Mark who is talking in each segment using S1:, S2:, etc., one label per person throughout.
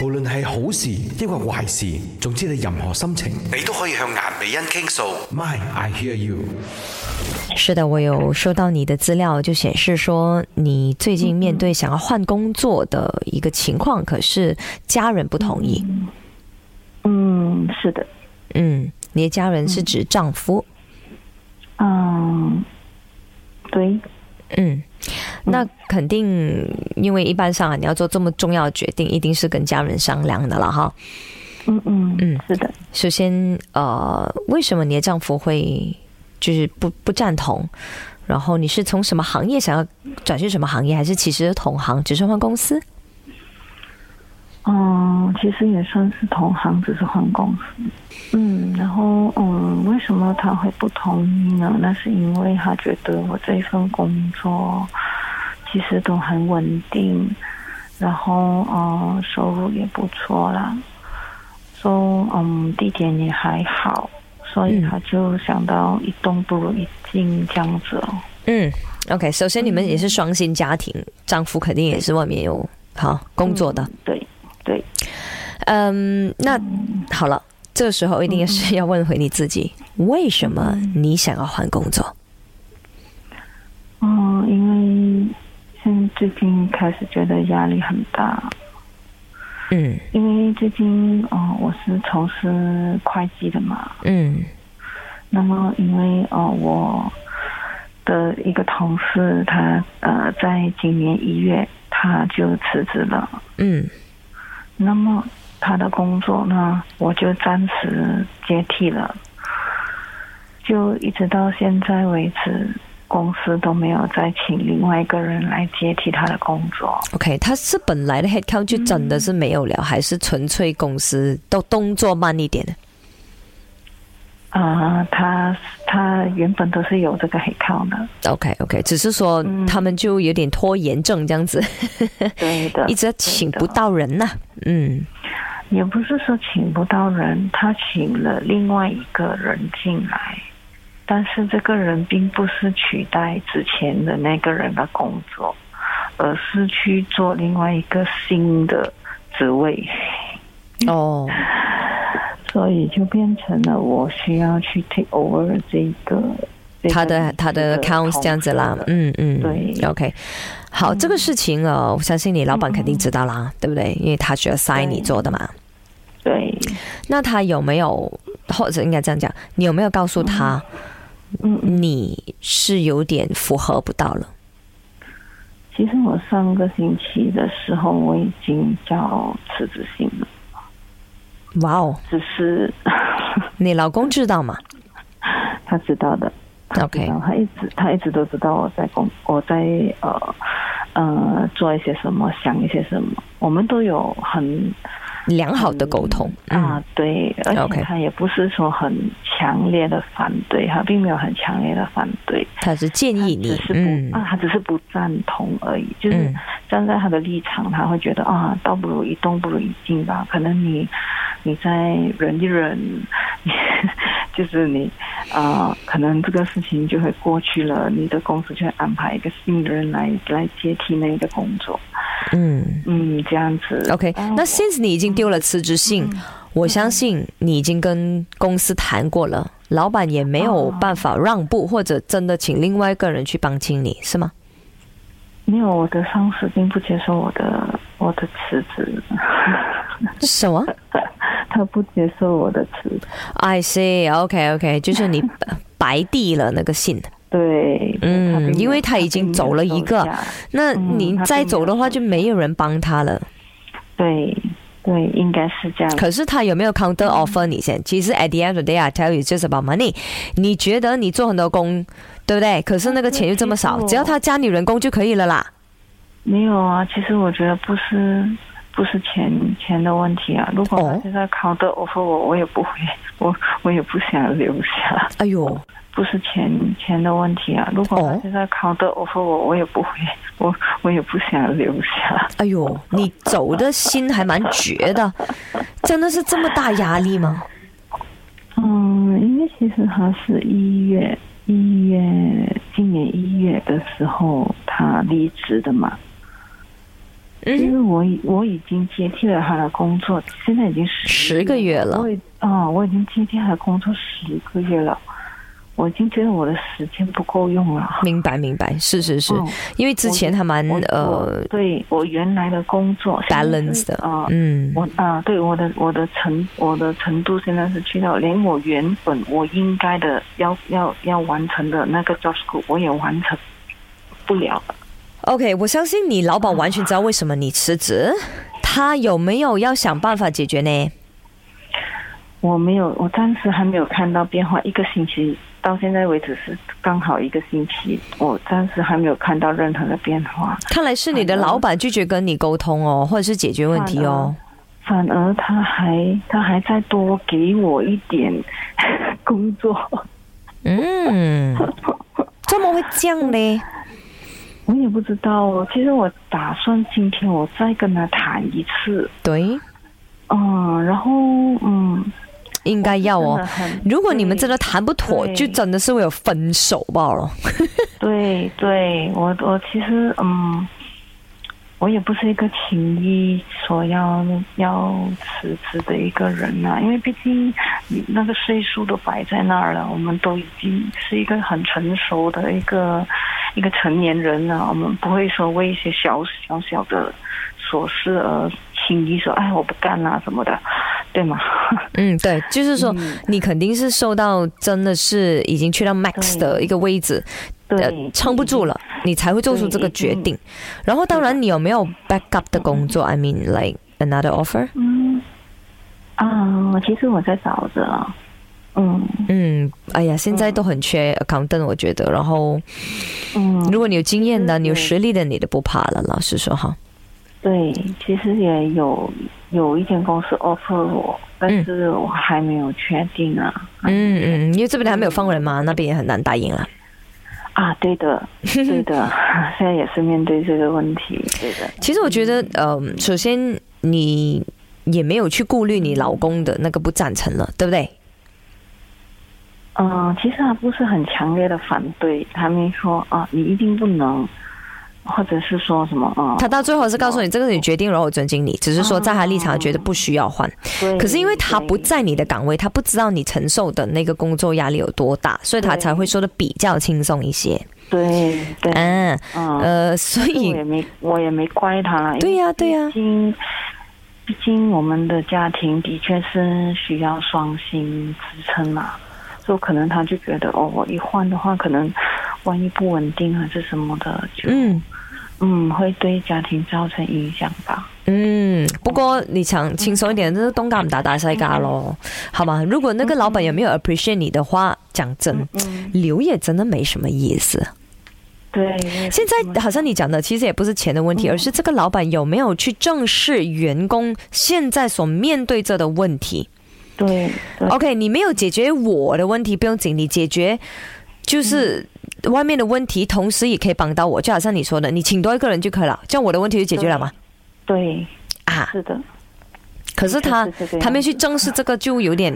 S1: 無論係好事抑或壞事，總之你任何心情
S2: 你都可以向顏美欣傾訴。
S1: ，My I hear you。
S3: 是的，我有收到你的资料，就显示说你最近面对想要换工作的一个情况，可是家人不同意。
S4: 嗯，是的，
S3: 嗯，你的家人是指丈夫。
S4: 嗯，对，
S3: 嗯，那肯定，因为一般上啊，你要做这么重要的决定，一定是跟家人商量的了哈。
S4: 嗯嗯
S3: 嗯
S4: 是的，
S3: 首先，呃，为什么你的丈夫会就是不不赞同？然后你是从什么行业想要转去什么行业，还是其实同行，只是换公司？
S4: 嗯，其实也算是同行，只是换公司。嗯，然后嗯，为什么他会不同意呢？那是因为他觉得我这一份工作其实都很稳定，然后嗯，收入也不错啦，说嗯，地点也还好，所以
S3: 嗯
S4: 他就想到一动不如一静这样子哦。
S3: 嗯，OK，首先你们也是双薪家庭，丈夫肯定也是外面有好工作的。
S4: 对对，
S3: 嗯，那好了，这个时候一定是要问回你自己，为什么你想要换工作？
S4: 嗯，因为现在最近开始觉得压力很大，
S3: 嗯
S4: 因为最近呃我是从事会计的嘛，
S3: 嗯
S4: 那么因为呃我的一个同事他呃在今年一月他就辞职了，
S3: 嗯
S4: 那么他的工作呢我就暂时接替了，就一直到现在为止。公司都没有再请另外一个人来接替他的工作，
S3: ，OK，他是本来的 headcount 就真的是没有了，还是纯粹公司都动作慢一点呢？
S4: 啊，他他原本都是有这个黑靠的，
S3: OK OK，只是说
S4: 嗯
S3: 他们就有点拖延症这样子，，
S4: 对 的
S3: 一直请不到人呐、嗯
S4: 也不是说请不到人，他请了另外一个人进来，但是这个人并不是取代之前的那个人的工作，而是去做另外一个新的职位，
S3: 哦，
S4: 所以就变成了我需要去 take over 这个。这个
S3: 他的他的
S4: 这个
S3: accounts 这样子啦
S4: 同，事的
S3: 嗯嗯，
S4: 对嗯
S3: ，OK，好，这个事情呃，我相信你老板肯定知道啦，对不对？因为他需要 sign
S4: 对
S3: 你做的嘛。
S4: 对，
S3: 那他有没有，或者应该这样讲，你有没有告诉他
S4: 嗯嗯。
S3: 你是有点符合不到了？
S4: 其实我上个星期的时候我已经叫辞职信了，
S3: 哇哦，
S4: 只是
S3: 你老公知道吗
S4: 他知道的。他知
S3: OK
S4: 道他一直他一直都知道我在工我在呃呃做一些什么，想一些什么，我们都有很
S3: 良好的沟通，嗯
S4: 啊对，而
S3: OK
S4: 且他也不是说很强烈的反对，他并没有很强烈的反对，
S3: 他是建议
S4: 只
S3: 你
S4: 是，不、
S3: 嗯
S4: 啊，他只是不赞同而已，就是。
S3: 嗯
S4: 站在他的立场，他会觉得啊，倒不如一动不如一静吧。可能你你再忍一忍，你 就是你啊、呃可能这个事情就会过去了，你的公司就会安排一个新的人来来接替那个工作。
S3: 嗯。
S4: 嗯，这样子。
S3: OK，
S4: 啊
S3: 那
S4: 我
S3: since 你已经丢了辞职信，我相信你已经跟公司谈过了，老板也没有办法让步，或者真的请另外一个人去帮衬你，是吗？
S4: 没有我的上司并不接受我的我的辞职，
S3: 什么
S4: 他不接受我的辞职。
S3: ？I see，OK OK，就是你白递了那个信，
S4: 对，
S3: 嗯
S4: 他并没有
S3: 因为他已经走了一个
S4: 他并没有收下
S3: 那你再走的话就没有人帮他了。
S4: 对对，应该是这样。
S3: 可是他有没有 counter offer 你先？其实 at the end of the day I tell you it's just about money。你觉得你做很多工，对不对？可是那个钱又这么少
S4: 其，实我
S3: 只要他加你人工就可以了啦。
S4: 没有啊，其实我觉得不是不是钱钱的问题啊。如果
S3: 哦
S4: 他现在 counter offer 我，我也不会， 我我也不想留下。
S3: 哎呦！
S4: 不是钱钱的问题啊。如果
S3: 哦
S4: 他现在 counter offer 我，我也不会， 我我也不想留下。
S3: 哎呦，你走的心还蛮绝的，真的是这么大压力吗？
S4: 嗯，因为其实他是一月一月今年一月的时候他离职的嘛。因为我已我已经接替了他的工作，现在已经十
S3: 十个月了
S4: 我已啊、我已经接替他的工作十个月了，我已经觉得我的时间不够用了。
S3: 明白明白，是是是，
S4: 嗯
S3: 因为之前还蛮
S4: 我
S3: 呃
S4: 我对我原来的工作
S3: balance 的，
S4: 啊、
S3: 嗯，
S4: 我啊、对我的我的程我的程度现在是去到连我原本我应该的要要要完成的那个 job scope 我也完成不了了。
S3: OK，我相信你老板完全知道为什么你辞职，他有没有要想办法解决呢？
S4: 我没有，我暂时还没有看到变化。一个星期到现在为止是刚好一个星期，我暂时还没有看到任何的变化。
S3: 看来是你的老板拒绝跟你沟通哦，或者是解决问题哦。
S4: 反而他还他还再多给我一点 工作，
S3: 嗯，怎么会这样呢？
S4: 我也不知道哦。其实我打算今天我再跟他谈一次，
S3: 对，
S4: 嗯，然后嗯，
S3: 应该要
S4: 真
S3: 哦
S4: 的。很
S3: 如果你们真的谈不妥，
S4: 对
S3: 就真的是会有分手哦罢了。
S4: 对对，我我其实嗯，我也不是一个轻易说要要辞职的一个人呐、因为毕竟你那个岁数都摆在那儿了，我们都已经是一个很成熟的一个一个成年人了，我们不会说为一些小小小的琐事而轻易说哎我不干啦、什么的，对吗？
S3: 嗯，对，就是说你肯定是受到真的是已经去到 max
S4: 对
S3: 的一个位置，呃
S4: 对，
S3: 撑不住了，你才会做出这个决定。然后，当然你有没有 backup 的工作？I mean like another offer？
S4: 嗯，啊，其实我在找着，嗯
S3: 嗯，哎呀，现在都很缺 accountant，我觉得。然后，
S4: 嗯，
S3: 如果你有经验的，你有
S4: 对
S3: 实力的，你都不怕了。老实说哈，
S4: 对，其实也有有一间公司 offer 我，但是我还没有确定啊。
S3: 嗯嗯，因为这边还没有放人
S4: 嗯
S3: 嘛，那边也很难答应了。
S4: 啊，对 的，对的， 现在也是面对这个问题，对的。
S3: 其实我觉得，呃，首先你也没有去顾虑你老公的那个不赞成了，对不对？
S4: 嗯、其实他不是很强烈的反对，他没说啊，你一定不能，或者是说什么啊？
S3: 他到最后是告诉你，这个是你决定，然后我尊敬你，只是说在他立场觉得不需要换。
S4: 哦对
S3: 可是因为他不
S4: 对
S3: 在你的岗位，他不知道你承受的那个工作压力有多大，所以他才会说的比较轻松一些。
S4: 对对，
S3: 嗯，
S4: 嗯
S3: 呃，所以
S4: 我也没我也没怪他啦。因为
S3: 对呀对呀
S4: 毕竟毕竟我们的家庭的确是需要双薪支撑嘛，所以可能他就觉得哦，我一换的话，可能万一不稳定还是什么的，就嗯
S3: 嗯
S4: 会对家庭造成影响吧。
S3: 嗯，不过你想轻松一
S4: 嗯
S3: 点，就是东家唔打大西家咯，好吗？如果那个老板也没有 appreciate 你的话，讲真，
S4: 嗯，
S3: 留也真的没什么意思。
S4: 对。
S3: 现在好像你讲的，其实也不是钱的问题，
S4: 嗯
S3: 而是这个老板有没有去正视员工现在所面对着的问题。
S4: 对对
S3: OK，你没有解决我的问题，不用紧，你解决
S4: 嗯
S3: 就是外面的问题，同时也可以帮到我。就好像你说的，你请多一个人就可以了，这样我的问题就解决了嘛。
S4: 对，
S3: 啊，
S4: 是的，
S3: 可是他
S4: 是这啊个样子
S3: 他没去正视这个，就有点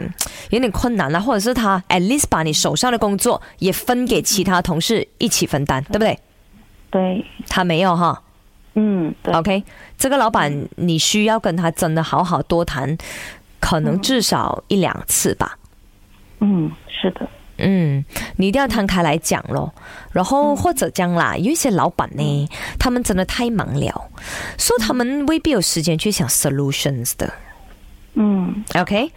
S3: 有点困难了，或者是他 at least 把你手上的工作也分给其他同事一起分
S4: 嗯
S3: 担，对不对？
S4: 对，
S3: 他没有哈。
S4: 嗯，对，
S3: OK，这个老板你需要跟他真的好好多谈，可能至少一两次吧。
S4: 嗯，是的，
S3: 嗯，你一定要摊开来讲咯。然后或者这样啦，有一些老板呢，他们真的太忙了，所以他们未必有时间去想 solutions 的。
S4: 嗯
S3: OK，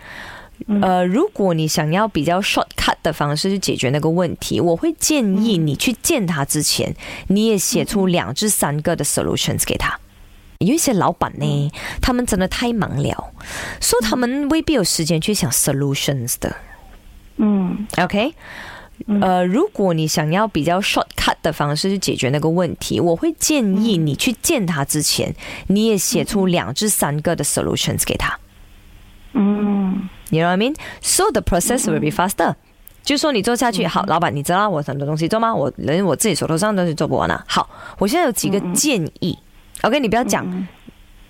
S3: 呃，如果你想要比较 shortcut 的方式去解决那个问题，我会建议你去见他之前，你也写出两至三个的 solutions 给他。有一些老板呢，他们真的太忙了，所以他们未必有时间去想 solutions 的。
S4: 嗯
S3: OK，呃，如果你想要比较 shortcut 的方式去解决那个问题，我会建议你去见他之前，你也写出两至三个的 solutions 给他。
S4: 嗯
S3: You know what I mean? So the process will be faster. 就说你做下去，好，老板，你知道我很多东西做吗？我连我自己手头上的东西做不完啊。好，我现在有几个建议。OK，你不要讲，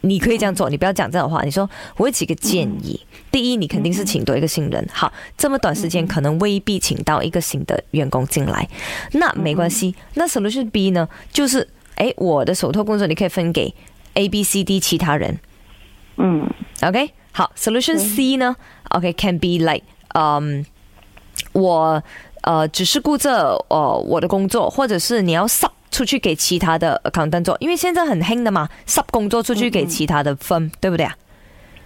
S3: 你可以这样做，你不要讲这种话。你说我有几个建议，第一，你肯定是请多一个新人。好，这么短时间可能未必请到一个新的员工进来，那没关系。那 solution B 呢，就是诶，我的手头工作你可以分给。 A、B、C、D 其他人。
S4: 嗯
S3: OK，好，Solution C 呢？OK，can、be like，嗯、我呃只是顾着呃我的工作，或者是你要 sub 出去给其他的 accountant 做，因为现在很兴的嘛，sub 工作出去给其他的分，对不对啊？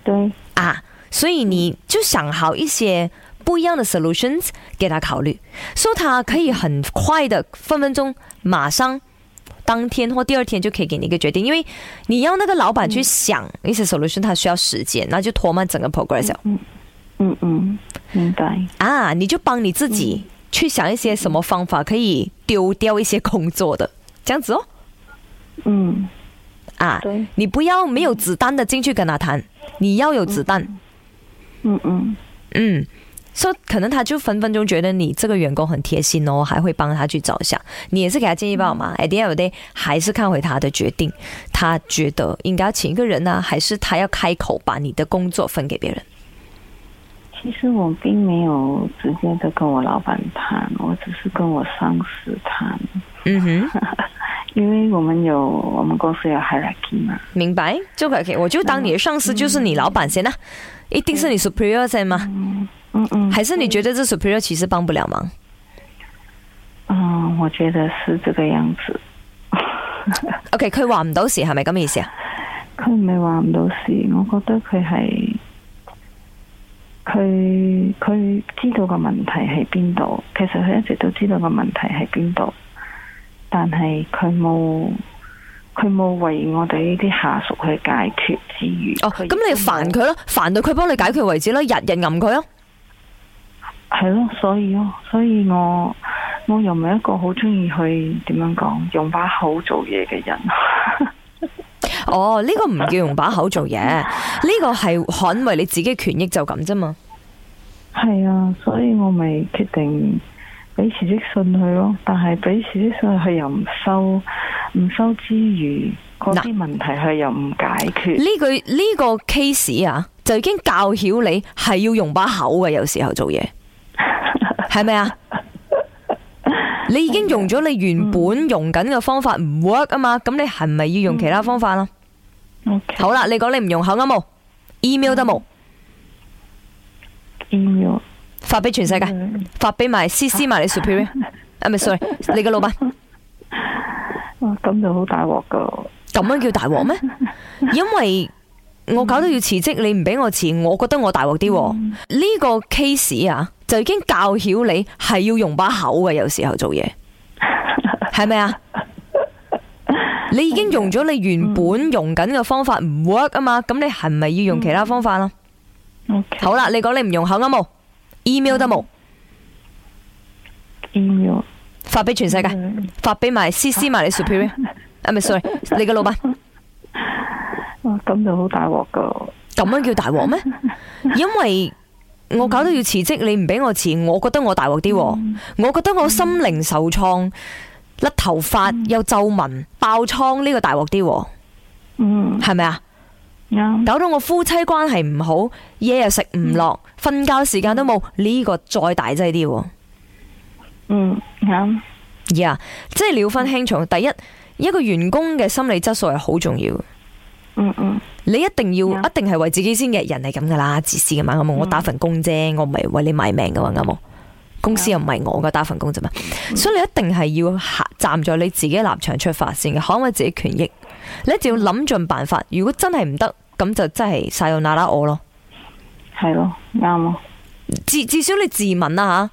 S4: 对，
S3: 啊，所以
S4: 嗯
S3: 你就想好一些不一样的 solutions 给他考虑，所以他可以很快的分分钟马上。当天或第二天就可以给你一个决定，因为你要那个老板
S4: 嗯
S3: 去想一些 solution，他需要时间，那就拖慢整个 progress 了
S4: 嗯嗯，明白。
S3: 啊！你就帮你自己
S4: 嗯
S3: 去想一些什么方法可以丢掉一些工作的，这样子哦
S4: 嗯，
S3: 啊！
S4: 对，
S3: 你不要没有子弹的进去跟他谈，你要有子弹，
S4: 嗯嗯
S3: 嗯，所以可能他就分分钟觉得你这个员工很贴心哦，还会帮他去着想。你也是给他建议吧嘛？At the end of the day，还是看回他的决定，他觉得应该要请一个人呢、还是他要开口把你的工作分给别人？
S4: 其实我并没有直接的跟我老板谈，我只是跟我上司谈，
S3: 嗯哼，
S4: 因为我们有我们公司有 hierarchy 嘛。
S3: 明白就可以，我就当你的上司就是你老板先啦、一定是你 superior 先吗？
S4: 嗯嗯，
S3: 还是你觉得这 superior 其实帮不了忙？
S4: 嗯，我觉得是这个样子。
S3: OK，佢話唔到事係咪咁嘅意思啊？
S4: 佢唔係話唔到事，我覺得佢係佢佢知道個問題喺邊度，其實佢一直都知道個問題喺邊度，但係佢冇佢冇為我哋呢啲下屬去解決之餘，
S3: 哦，
S4: 佢亦
S3: 咁你
S4: 都冇
S3: 煩佢咯，煩到佢幫你解決為止咯，日日吟佢咯。
S4: 係咯，所以咯，所以我我又唔係一個好中意去點樣講用把口做嘢嘅人，
S3: 哦，呢、個唔叫用把口做嘢，呢、個係捍衛你自己嘅權益就咁啫嘛。
S4: 係啊，所以我咪決定俾辭職信佢咯。但係俾辭職信佢又唔收，唔收之餘，嗰啲問題佢又唔解決。
S3: 呢句呢、個 case 啊，就已經教曉你係要用把口嘅，有時候做嘢 係咪啊？你已經用咗你原本用緊嘅方法唔 work 啊嘛，咁你係咪要用其他方法啦？
S4: O
S3: 好啊啦，你講你唔用口啱冇，email 得冇，
S4: K，email
S3: 發俾全世
S4: 嗯
S3: 界，發俾埋 CC 埋你 superior，啊咪 sorry，你嘅老闆。
S4: 哇咁就好大鑊噶。
S3: 咁樣叫大鑊咩？因為我搞到要辭職，你唔俾我辭，我覺得我大鑊啲喎。呢、個 case 啊，就已經教曉你係要用把口嘅，有時候做嘢係咪啊？你已經用咗你原本用緊嘅方法唔 work 啊嘛，咁你係咪要用其他方法啦？
S4: O K，
S3: 好啦，啊你講你唔用口啱冇，email 得冇，
S4: ，email
S3: 發俾全世界，
S4: 嗯
S3: 發俾埋 CC 埋你 superior，啊咪 sorry，你嘅老闆。
S4: 哇咁就好大鑊噶。
S3: 咁樣叫大鑊咩？因為我搞到要辭職，你唔俾我辭，我覺得我大鑊啲
S4: 嗯
S3: 喎，我覺得我心靈受創，甩頭髮又皺紋、爆瘡呢個大鑊啲喎，
S4: 嗯，
S3: 係咪啊？
S4: 啱。
S3: 搞到我夫妻關係唔好，嘢又食唔落，瞓覺時間都冇，呢、個再大劑啲喎。
S4: 嗯，啱。
S3: 呀、即係了分輕重。第一，一個員工嘅心理質素係好重要嘅。
S4: 嗯嗯
S3: 你一定要
S4: Yeah.
S3: 一定係為自己先嘅，人係咁噶啦，自私噶嘛，咁我打份工啫，我唔係為你賣命噶嘛，啱冇？公司又唔係我噶，打份工啫嘛，所以你一定係要行站在你自己立場出發先嘅，捍衛自己權益，你一定要諗盡辦法。如果真係唔得，咁就真係晒到那拉我咯。
S4: 係咯，啱咯。
S3: 至至少你自問啦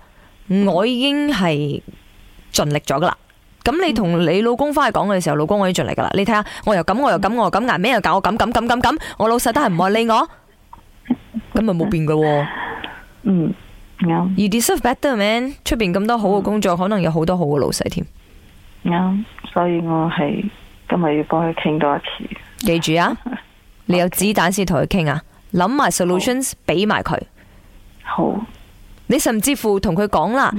S3: 吓，我已經係盡力咗噶啦。咁你同你老公翻去講嘅時候，老公我已經盡力噶啦。你睇下，我又咁，我又咁，我又咁，捱咩又搞我咁咁咁咁咁，我老細都係唔愛理我，咁咪冇變噶喎。
S4: 嗯，啱
S3: You deserve better man，出边咁多好嘅工作，可能有好多好嘅老細添。
S4: 啱。所以我係今日要幫佢傾多一次。
S3: 記住啊，你有子彈先同佢傾啊，諗埋 solutions 俾埋佢。
S4: 好。
S3: 你甚至乎同佢講啦，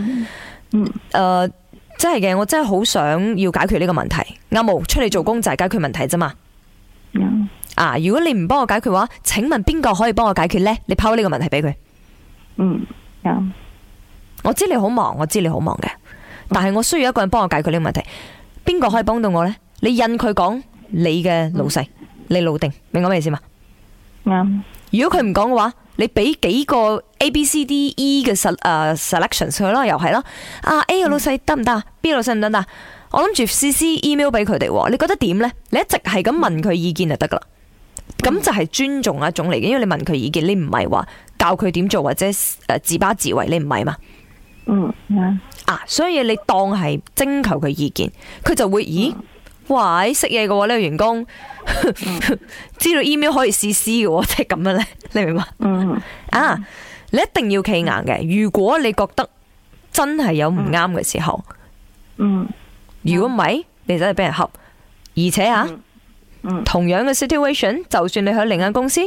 S3: 诶、呃真係嘅，我真係好想要解決呢個問題。啱冇出嚟做工就係解決問題啫嘛。
S4: 啱。
S3: 啊，如果你唔幫我解決嘅話，請問邊個可以幫我解決呢？你拋呢個問題俾佢。
S4: 嗯，啱。
S3: 我知你好忙，我知你好忙嘅，但係我需要一個人幫我解決呢個問題。邊個可以幫到我呢？你印佢講你嘅老細，你老定，明我咩意思嘛？
S4: 啱
S3: 如果佢唔講嘅話，你俾幾個 A、B、C、D、E 嘅 s e selections 佢啦，又係啦。啊 A 個老細得唔得啊？B 老細唔得唔得啊？我諗住 C、C email 俾佢哋喎，你覺得點呢？你一直係咁問佢意見就得噶啦。咁就係尊重一種嚟嘅，因為你問佢意見，你唔係話教佢點做或者诶自把自為，你唔係嘛
S4: 嗯啱
S3: 啊，所以你當係徵求佢意見，佢就會咦，喂識嘢嘅喎呢個員工， 知道 email 可以試 C 嘅喎，即係咁樣呢，你明嘛？
S4: 嗯
S3: 啊，你一定要企硬嘅。如果你覺得真係有唔啱嘅時候，
S4: 嗯
S3: 如果唔係，你真係俾人恰。而且啊，
S4: 嗯
S3: 同樣嘅 situation，就算你喺另一間公司、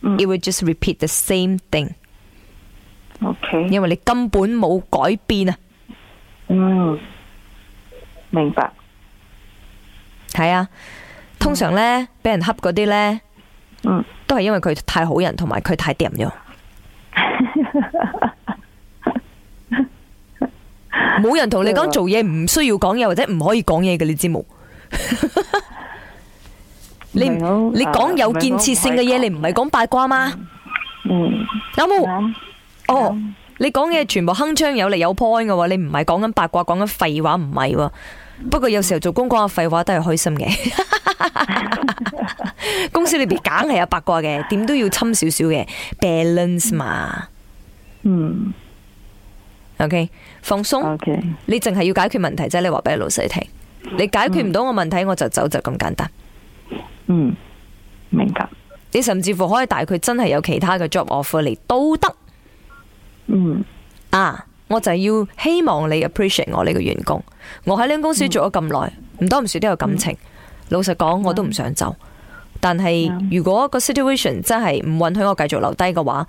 S4: 嗯
S3: i t will just repeat the same thing，
S4: ，OK，
S3: 因為你根本冇改變啊。
S4: 嗯，明白，
S3: 係啊，通常呢，俾人恰嗰啲呢，
S4: 嗯
S3: 都係因為佢太好人，同埋佢太掂咗。冇人同你講做嘢唔需要講嘢或者唔可以講嘢嘅，你知冇？你
S4: 唔係咯
S3: 你講有
S4: 啊
S3: 建設性嘅嘢，
S4: 唔係講
S3: 你唔係講八卦嘛？
S4: 嗯
S3: 有冇？
S4: 啱
S3: 哦，你講嘅全部铿锵有力有 point 嘅喎，你唔係講緊八卦，講緊廢話，唔係喎。不過有時候做公關嘅廢話都係開心嘅，公司裏边梗係有八卦嘅，點都要侵少少嘅 balance 嘛。
S4: 嗯
S3: OK，放鬆，
S4: ，OK，
S3: 你淨係要解決問題啫。你話俾老細聽，你解決唔到我問題，我就走就咁簡單。
S4: 嗯，明白，
S3: 你甚至乎可以帶佢真係有其他嘅 job offer 嚟都得
S4: 嗯
S3: 啊！我就要希望你 appreciate 我呢個員工，我喺呢間公司做咗咁耐，唔多唔少都有感情。老實講，我都唔想走，但係
S4: 嗯
S3: 如果個 situation 真係唔允許我繼續留低嘅話，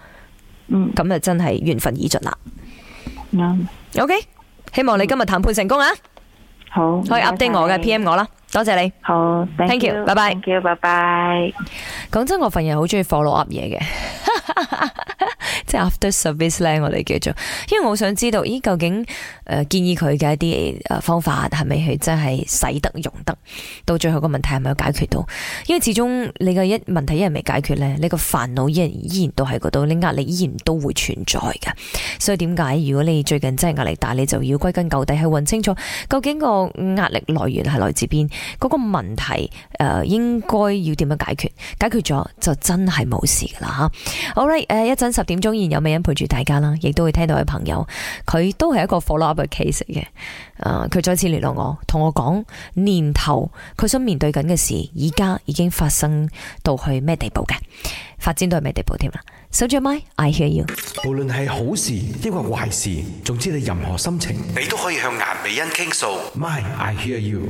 S4: 嗯
S3: 咁就真係緣分已盡啦。
S4: 啱，
S3: OK，希望你今日談判成功啊！
S4: 好，
S3: 可以 update 我嘅 PM 我啦，多謝你。
S4: 好
S3: Thank you，拜拜
S4: ，thank you，拜拜。
S3: 講真，我份人好中意 follow up 嘢嘅， 即系 after service 咧，我哋叫做，因為我想知道，咦，究竟诶、呃建議佢嘅一啲诶方法係咪佢真係使得用得，到最後個問題係咪有解決到？因為始終你嘅一問題依然未解決咧，你個煩惱依然依然都喺嗰度，你壓力依然都會存在嘅。所以點解如果你最近真係壓力大，你就要歸根究底去揾清楚，究竟個壓力來源係來自邊，嗰、個問題诶、呃、应该要點樣解決？解決咗就真係冇事噶啦吓。好 right，誒一呃陣十點鐘依然有美人陪住大家啦，亦都會聽到嘅朋友，佢都係一個 follow up 嘅 case 嚟嘅。誒、呃佢再次聯絡我，同我講年頭佢想面對緊嘅事，而家已經發生到去咩地步嘅，發展到去咩地步添啦。守住咪，I hear you。
S1: 無論係好事抑或壞事，總之你任何心情
S2: 你都可以向顏美欣傾訴。
S1: ，My I hear you。